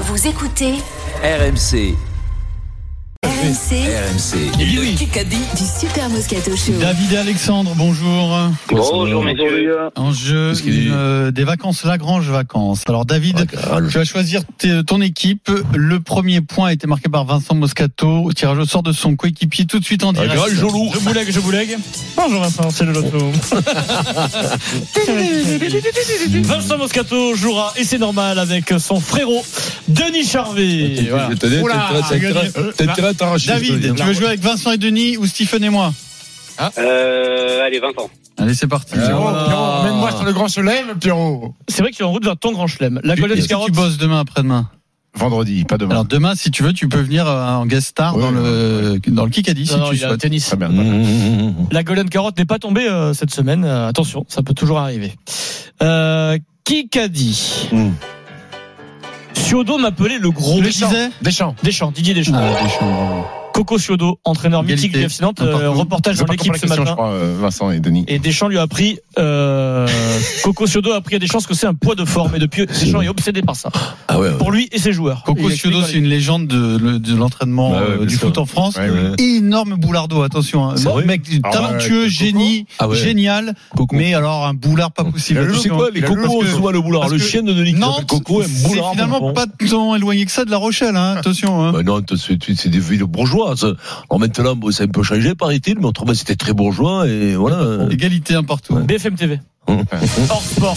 Vous écoutez RMC, RMC RMC. Eh oui. du Super Moscato Show. David et Alexandre, bonjour. Bonjour messieurs. En jeu, Qu'est-ce qu'il une, euh, des vacances Lagrange Vacances. Alors David, tu vas choisir t- ton équipe. Le premier point a été marqué par Vincent Moscato. Tirage au sort de son coéquipier tout de suite en direct. grave, je Jolou. boulegue, je boulegue. Bonjour Vincent, c'est le loto. Vincent Moscato jouera, et c'est normal, avec son frérot Denis Charvet. Voilà. Oula, t'as- t'as- t'as- David, Euh, Ah, David, tu veux jouer avec Vincent et Denis ou Stephen et moi Euh, allez, 20 ans. Allez, c'est parti. Pierrot, Pierrot, moi mène-moi sur le grand C'est vrai que tu es en route vers ton grand chelem. La colonne Est-ce que Scarrotte. tu bosses demain après-demain Vendredi, pas demain. Alors demain, si tu veux, tu peux venir euh, en guest star Ouais, dans le dans le Kikadi si Non, non, tu il a souhaites. tennis. Ah, merde, pas demain. La Golden Carotte n'est pas tombée euh, cette semaine. Euh, attention, ça peut toujours arriver. Euh, qui qu'a dit Hmm. Ciodo m'appelait le gros. Tu le Deschamps. disais Deschamps. Deschamps, Didier Deschamps. Ah, Deschamps. Coco Ciodo, entraîneur Égalité. mythique du FC Nantes, N'importe euh, où. reportage Ils ont sur pas compris l'équipe la ce question, je matin. crois, euh, Vincent et Denis. Et Deschamps lui a appris, euh, Coco Ciodo a appris à Deschamps ce que c'est un poids de forme. Et depuis, Deschamps est obsédé par ça. Ah ouais, ouais. Pour lui et ses joueurs. Coco Oh, Il explique Ciodo, dans les- c'est une légende de, le- de l'entraînement Bah ouais, euh, bien du sûr. foot en France. Ouais, ouais. Énorme boulardeau, attention. hein. C'est vrai Mec Ah, talentueux, ouais, Coco. génie, Ah ouais. génial, Coco. mais alors un boulard pas possible. Tu sais attention. hein. quoi, les Il a le cocos, lourd, on se voit le boulard. parce Le que chien de Denis qui s'appelle Nantes, Coco aime c'est boulard. finalement bon. pas tant éloigné que ça de La Rochelle, hein, attention. hein. Bah Nantes, c'est c'est des villes bourgeoises. En maintenant, bon, ça a un peu changé, paraît-il, mais autrement, c'était très bourgeois et voilà. Égalité un partout. BFM TV. Hum. Hors sport.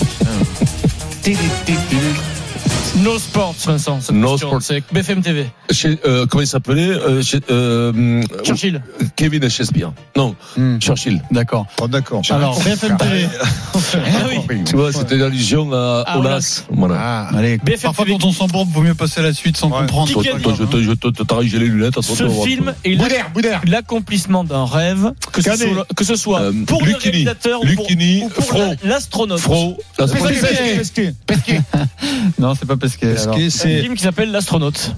No sports, Vincent. cette No question, sports. C'est BFM TV. Chez, euh, comment il s'appelait euh, chez- euh, Churchill. Kevin Shakespeare. Non, Hmm, Churchill. D'accord. Oh, d'accord. Alors, BFM TV. Ah oui. Tu vois, c'était l'allusion à Ah, Olas. Voilà. Ah, Allez, BFM parfois TV. quand on s'embourbe, vaut mieux passer à la suite sans Ouais. comprendre. Qui gagne Toi, je te, je te, te t'arrange les lunettes. attends, Ce on va voir. film est la- Boudère, Boudère. l'accomplissement d'un rêve, que ce Canet. soit, que ce soit Euh, pour le Lucchini. réalisateur ou pour, Lucchini, ou pour Fro. la- l'astronaute. Fro, la semaine- Non, c'est pas Pesquet. alors. Un film qui s'appelle L'astronaute.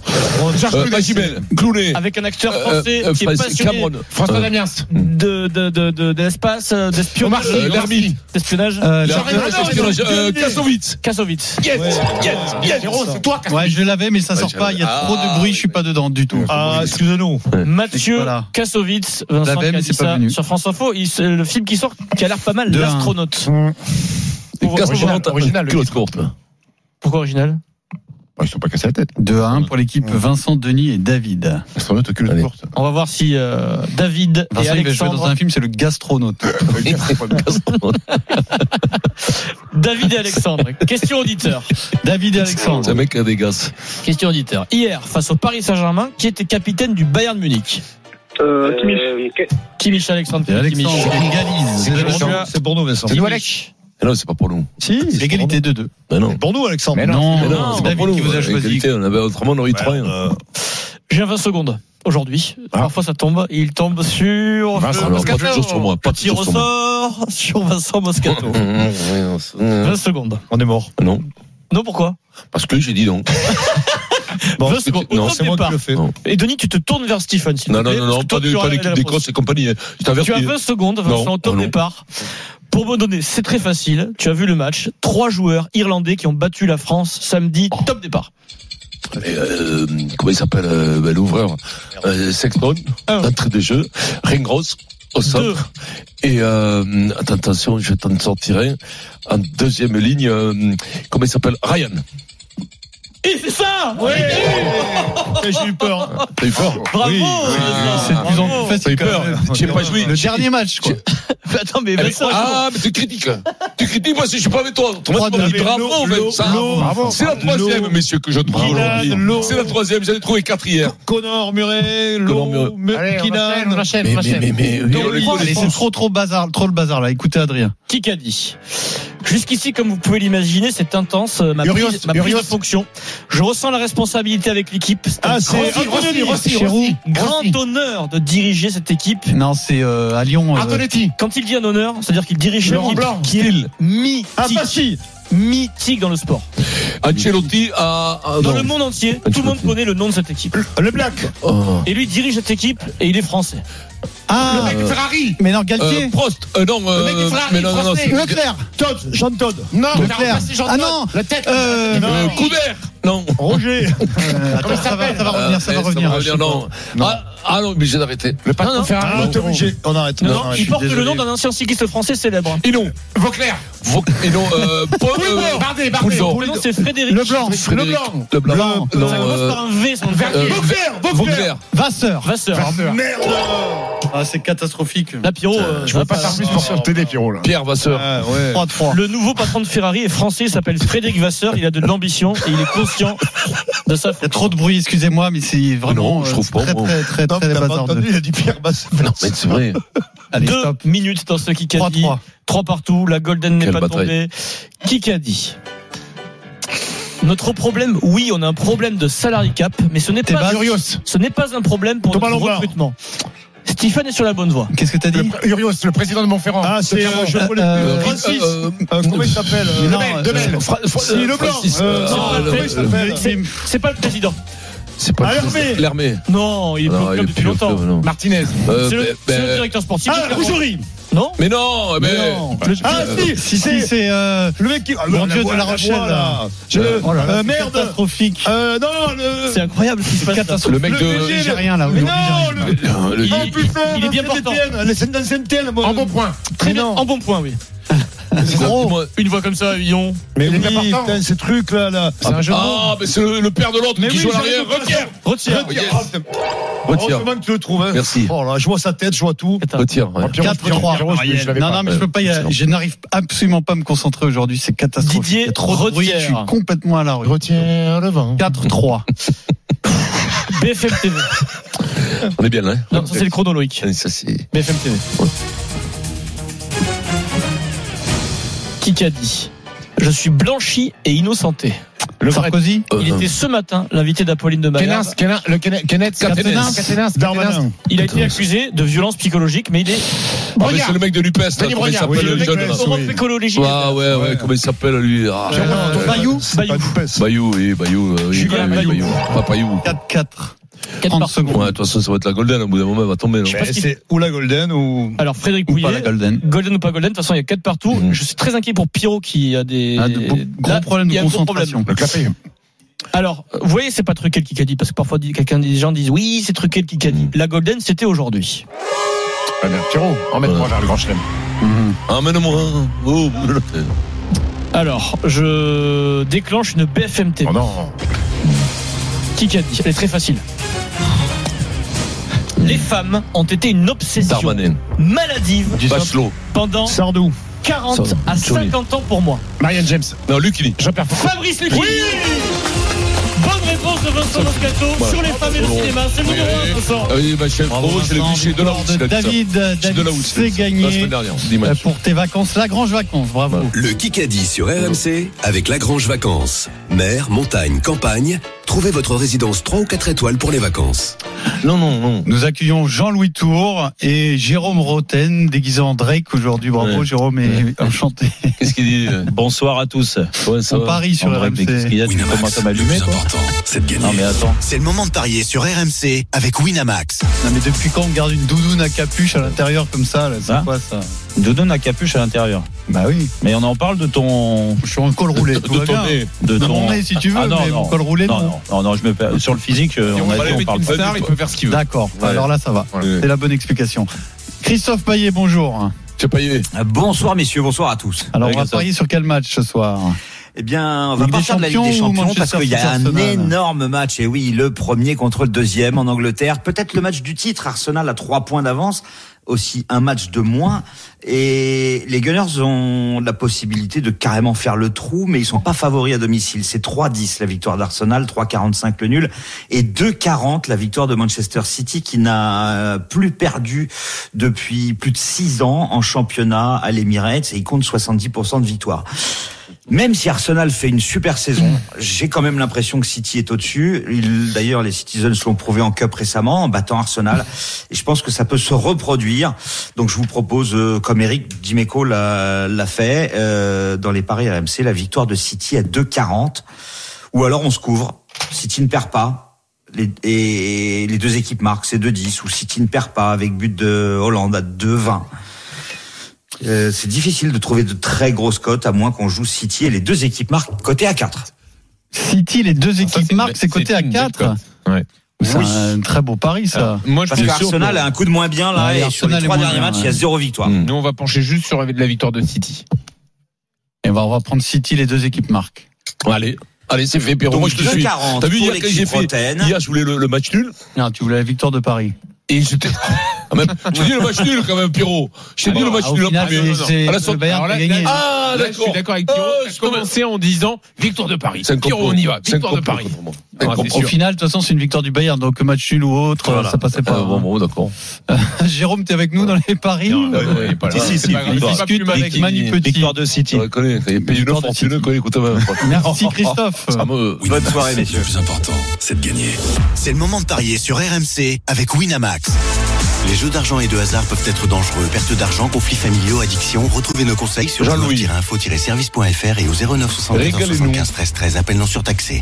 Euh, Magimel, Clounet, Avec un acteur euh, français euh, qui est Francis passionné Cameron, François Euh, Damiens. de, de, de, de, de l'espace, euh, d'espionnage. euh, Lhermitte, D'espionnage. Euh, Lher- J'arrive, euh, j'arrive, espionnage, euh, Kassovitz. Kassovitz. Yes, yes, yes. Pierrot, c'est toi, Ouais, je l'avais, mais ça Ouais, sort je pas. Il y a l'avais. trop de Ah, bruit, je suis pas dedans du tout. Ah, excusez-nous. Mathieu Voilà. Kassovitz, Vincent J'avais, mais c'est qui a dit pas ça venu. sur France Info. Il se- le film qui sort, qui a l'air pas mal, De un. L'astronaute. Pour- Kassovitz, original, le culotte courte. Pourquoi original Ils sont pas cassés la tête. 2 à 1 pour l'équipe Vincent, Denis et David. Astronaute au cul Allez. de course. On va voir si euh, David et Vincent, il va jouer dans Alexandre. un film, c'est le gastronaute. Kassovitz. David et Alexandre. Question auditeur. David et C'est un Alexandre. mec qui a des gaz. Question auditeur. Hier, face au Paris Saint-Germain, qui était capitaine du Bayern Munich Euh, Kimmich. Kimmich Alexandre. Et Alexandre Kimmich. égalise. C'est Vincent. Vincent. C'est pour nous, Vincent. Kimmich. Mais non, c'est pas pour nous. Si, l'égalité 2-2. Ben non. Pour nous, Alexandre. Mais non, non, Mais Ah non, non, c'est c'est pas David pour nous. Euh, qui vous a choisi. Égalité, on avait- Autrement, on aurait eu trois. hein. J'ai 20 secondes aujourd'hui. Ah. Parfois ça tombe. Il tombe sur. Vincent Euh, Alors, pas toujours sur moi. Pas Petit toujours sur moi. ressort sur Vincent Moscato. Euh, 20 secondes. On est mort. Ah Non, Non, pourquoi parce que j'ai dit non. 20 secondes. non, Au top c'est moi départ. qui le fais. Non, Et Denis, tu te tournes vers Stephen. s'il te non, plaît, non, parce non, que toi, pas de- tu pas aurais la l'équipe réponse. d'Écosse et compagnie. hein. Je t'avertis. Tu as 20 secondes, Vincent, Non, au top non, non. départ. Pour me donner, c'est très facile. Tu as vu le match. Trois joueurs irlandais qui ont battu la France samedi, top départ. Mais, euh, comment il s'appelle euh, ben, l'ouvreur euh, Sexton, Un. d'entrée de jeu, Ringros, au Deux. centre. Et euh, attends, attention, je t'en sortirai. En deuxième ligne, euh, comment il s'appelle Ryan. Et c'est ça J'ai eu peur. T'as eu fort Bravo Oui, oui, Vincent. c'est de plus en Bravo. plus facile. T'as eu peur. quand même. J'ai pas joué. Le dernier match, quoi. Attends, mais Vincent, Ah, mais tu critiques. Tu tu critiques parce que je suis pas avec toi. Autrement, Trois, tu m'aurais dit deux. bravo, L'eau, Vincent. l'eau, Bravo. C'est la troisième, l'eau. messieurs, que je trouve Kylian, aujourd'hui. l'eau. C'est la troisième, j'en ai trouvé quatre hier. Connor, Murray, Lowe, Me- Allez, on enchaîne, on Kinan. enchaîne, Mais- on mais- enchaîne. mais- mais- Donc, mais- on les- C'est trop, trop bazar, trop le bazar là. Écoutez, Adrien. Qui qu'a dit Jusqu'ici, comme vous pouvez l'imaginer, c'est intense. euh, Ma Urios, prise, ma prise de Urios. fonction. Je ressens la responsabilité avec l'équipe. C'est un Ah, c'est- grand- Rossi, Rossi, Giroud. grand honneur de diriger cette équipe. Non, c'est euh, à Lyon. euh, Antonetti. Quand il dit un honneur, c'est-à-dire qu'il dirige une Laurent équipe Blanc. qui est mythique, Apache. mythique dans le sport. Ancelotti a. a- Dans non. le monde entier, tout le monde connaît le nom de cette équipe. Le Black. Oh. Et lui dirige cette équipe et il est français. Ah, Le mec de Ferrari. mais non, Euh, Galtier. Prost, euh, non, Le mec euh, du Ferrari, mais non, non, non, français. c'est- Leclerc. Todd. Jean Todd. Non, Leclerc. t'as remplacé Jean-Claude. Ah, non. La tête. Euh, Non. Euh, Coubert, non. Roger. Euh, attends, Comment il ça va, s'appelle ça va revenir, ça Euh, va eh, revenir. hein. non. Non. Ah, ah non, mais j'ai d'arrêter. Le patron Non, non. Ferrari. Ah, t'es obligé. On arrête. Non, Non, je il suis porte le désolé. nom d'un ancien cycliste français célèbre. Et non, Vauclair. Vaux- et non, euh, Paul, euh, Poulidor. Bardet, Bardet. Poulidor. Son nom c'est Frédéric. Le blanc. Frédéric Leblanc. Leblanc. Blanc. Non, Ça commence euh, par un V, son nom. euh, Vauclair. Vauclair. Vauclair. Vasseur. Vasseur. hein. Ah, c'est catastrophique. Là, Pierrot, euh, Je veux pas faire plus pour sur TD, Pierrot, là. Pierre Vasseur. Ah, ouais. 3 de 3. Le nouveau patron de Ferrari est français, il s'appelle Frédéric Vasseur, il a de l'ambition et il est conscient de sa Il y a trop de bruit, excusez-moi, mais c'est vraiment Non, je euh, trouve pas, très, moi. très, très, très, Non, mais t'as pas bazardeux. entendu, il a dit Pierre Basse. Non, mais c'est vrai. Allez, Deux stop. minutes dans ce Kikadi. 3-3. 3, partout, la Golden n'est Quelle pas bataille. tombée. Kikadi. Notre problème, oui, on a un problème de salary cap, mais ce n'est pas, Urios. ce n'est pas un problème pour Thomas notre Lombard. recrutement. Stephen est sur la bonne voie. Qu'est-ce que t'as dit Le- Urios, le président de Montferrand. Ah, c'est. euh, Je connais plus. Euh, Euh, Francis. euh, Euh, Comment il s'appelle euh, Non, Demel, euh, Demel. Fra- Fra- Si, euh, Leblanc. Francis, Euh, euh, non, Ah, euh, comment il s'appelle C'est c'est pas le président. C'est pas Ah, le président. l'Hermé. l'Hermé. Non, il est Non, plus au il club est depuis plus au longtemps. club, non. Martinez. Euh, C'est ben, le, c'est le ben, directeur sportif. Ah, Laurent. Rougerie. Non Mais non, mais. Mais non. Le- Ah, si. Euh, Si, si, C'est c'est euh, le mec qui. Mon Ah, Dieu, voix, de La voix, Rochelle, là. Je- oh là là, euh, c'est Merde. catastrophique. Euh, Non, le. C'est incroyable ce qui se passe. là. Le mec de. VG, J'ai rien là. Mais aujourd'hui, non, j'arrive pas. le. Le- le- Il- Ah, putain, il est bien l'ancien portant. DTN, l'ancien- l'ancien DTN, moi. En bon point. Très bien, non. en bon point, oui. c'est ça, dis-moi. Une voix comme ça, Lyon. Mais Il est oui, bien portant. putain, ces trucs là, là. C'est un jeu de mots. Ah, mais c'est le, le père de l'autre Mais qui oui, joue à j'arrive l'arrière. pas. Retire, Retire. Retire. Retire. retire. Heureusement que tu le trouves. hein. Merci. Oh là, je vois sa tête, je vois tout. Retire. ouais. Oh, Pierrot, 4, Pierrot, 3. Pierrot, je- je l'avais Non, pas. Euh, non, mais je peux pas, y Euh, aller. je n'arrive absolument pas à me concentrer aujourd'hui, c'est catastrophique. Didier Il y a trop de bruit, Rodière. je suis complètement à la rue. Retiens le vent. 4, 3. BFM TV. On est bien là. hein. Non, ça c'est le chrono, Loïc. Tiens, Ça, c'est. BFM TV. Qui qu'a dit Je suis blanchi et innocenté. Le vrai. Sarkozy Euh, Il était ce matin l'invité d'Apolline de Malherbe. Kenas, Kenas, le Kenas, Kenas, Catenas. Catenas, Darmanin. Il a été accusé de violence psychologique, mais il est Ah, mais c'est Regarde. le mec de l'UPES, là. Denis Comment il Brognard, s'appelle oui, le, le mec jeune, de- là Europe écologique. Ah, ouais, ouais, comment il s'appelle, lui Ah, Euh, Bayou Bayou. Bayou, oui, Bayou, euh, oui, Julien Bayou, Bayou. Bayou. Pas Bayou. 4, 4. Quatre 30 partout. Ouais, de secondes. toute façon, ça va être la Golden, au bout d'un moment, elle va tomber, non Je- parce qu'il- C'est ou la Golden ou. Alors Frédéric Ou pas la Pouillet, Golden. golden ou pas golden, de toute façon il y a quatre partout. Mhm. Je suis très inquiet pour Pierrot qui a des Ah, de- Là, gros problème il y de a un gros problème. concentration. Le clapet. Alors, vous voyez, c'est pas truqué le Kikadi, parce que parfois dit- quelqu'un des gens disent oui, c'est truqué le Kikadi. La Golden, c'était aujourd'hui. Ah, merde. Pierrot, emmène-moi vers le grand chelem. Mhm. Emmène-moi. Oh, boule. Alors, je déclenche une BFM TV. Oh non. Kikadi, elle est très facile. Les femmes ont été une obsession Darmanin. maladive Bachelot. pendant Sardou. 40 Ça, à Johnny. 50 ans pour moi. Marianne James. Non, Lucini. Jean-Pierre Foucault. Fabrice Lucchini Bonne réponse de Vincent Moscato Voilà. sur les femmes et le Bon. cinéma. C'est numéro Oui. 1, Vincent. Ah Oui, Oh, ma chef. Bravo, Bravo, je l'ai Vincent, vu chez victoire Delahousse. de il a dit ça. David, Chez David, Delahousse, c'est La semaine gagné Euh, dernière, dimanche. pour tes vacances, Lagrange Vacances, bravo. Le Kikadi sur RMC avec Lagrange Vacances. Mer, montagne, campagne, trouvez votre résidence 3 ou 4 étoiles pour les vacances. Non, non, non. Nous accueillons Jean-Louis Tour et Jérôme Roten, déguisé en Drake aujourd'hui. Bravo Ouais. Jérôme et Ouais. enchanté. Qu'est-ce qu'il dit euh Bonsoir à tous. Ouais, ça On va. parie sur En vrai, RMC. mais Qu'est-ce qu'il y a Tu commences à m'allumer, toi c'est de Non, mais attends. C'est le moment de parier sur RMC avec Winamax. Non mais depuis quand on garde une doudoune à capuche à l'intérieur comme ça là, C'est Hein quoi ça Doudoune à capuche à l'intérieur. Bah oui, Mais on en parle de ton. je suis en col roulé. De tout va ton bien. nez. De De ton. mon nez si tu veux, Ah, non, mais non. mon col roulé non. Non, non, non, non, je me perds. Sur le physique, euh, on a dit, on parle pas. star, il peut faire ce qu'il D'accord, Ouais. alors là ça va. Ouais. C'est la bonne explication. Christophe Payet, bonjour. Tu as payé. Bonsoir messieurs, bonsoir à tous. Alors Avec on va le sort. parier sur quel match ce soir Eh bien, on va Ligue pas des faire de la Ligue des Champions ou Champions parce Manchester qu'il y a City un Arsenal. énorme match. Et oui, le premier contre le deuxième en Angleterre. Peut-être le match du titre. Arsenal a trois points d'avance. aussi un match de moins. Et les Gunners ont la possibilité de carrément faire le trou, mais ils sont pas favoris à domicile. C'est 3-10 la victoire d'Arsenal, 3-45 le nul et 2-40 la victoire de Manchester City qui n'a euh, plus perdu depuis plus de 6 ans en championnat à l'Emirates et il compte 70% de victoire. Même si Arsenal fait une super saison, j'ai quand même l'impression que City est au-dessus. Il- D'ailleurs, les Citizens l'ont prouvé en Cup récemment en battant Arsenal. Et je pense que ça peut se reproduire. Donc je vous propose, euh, comme Eric Dimeco l'a l'a fait, euh, dans les paris RMC, la victoire de City à 2,40. Ou alors on se couvre. City ne perd pas. Les- et les deux équipes marquent, c'est 2-10. Ou City ne perd pas avec but de Hollande à 2-20. Euh, c'est difficile de trouver de très grosses cotes à moins qu'on joue City et les deux équipes marquent côté à 4. City, les deux équipes marquent, c'est coté à 4. C'est Oui. un très beau pari, ça. Ah. Parce qu'Arsenal a un coup de moins bien là Ouais, et sur Arsenal les est moins trois derniers bien, matchs, ouais. il y a zéro victoire. Hmm. Nous, on va pencher juste sur la victoire de City. Et on va, on va prendre City, les deux équipes marquent. Allez, allez, c'est fait. Pierrot. Donc, moi, je te suis. 2,40 T'as vu pour hier que j'ai l'équipe fait rotaine. Hier, je voulais le, le match nul. Non, Ah, tu voulais la victoire de Paris. Et j'étais. Ah, même- Je t'ai dit le match nul quand même, Pierrot. Je t'ai dit le match ah, au nul en final, premier. c'est- c'est À la le sortie- Bayern Alors là, qui a gagné. Ah, Là, je suis d'accord. d'accord avec Pierrot. Euh, Je je commence- commençais en disant victoire de Paris. C'est un Pierrot, complot. on y va. C'est un Victoire de complot Paris. pour moi. Ah, Un c'est complot. Au sûr. final, de toute façon, c'est une victoire du Bayern, donc match nul ou autre, Voilà. ça passait pas. Ah, bon, bon, d'accord. Jérôme, t'es avec nous dans les paris Euh, Non, non, non, il est pas là. Si, si, C'est si, pas grave, il c'est discute pas plus mal avec avec- Manu Petit. Victoire de City. Tu la connais, quand il y a pays une Victoire de fortune, City. quoi, écoute, Merci Christophe. ça me. Winamax, Bonne soirée, messieurs. Le plus important, c'est de gagner. C'est le moment de parier sur RMC avec Winamax. Les jeux d'argent et de hasard peuvent être dangereux. Perte d'argent, conflits familiaux, addiction. Retrouvez nos conseils sur Jean-Louis. info servicefr et au 09 74 75 13 13. Appel non surtaxé.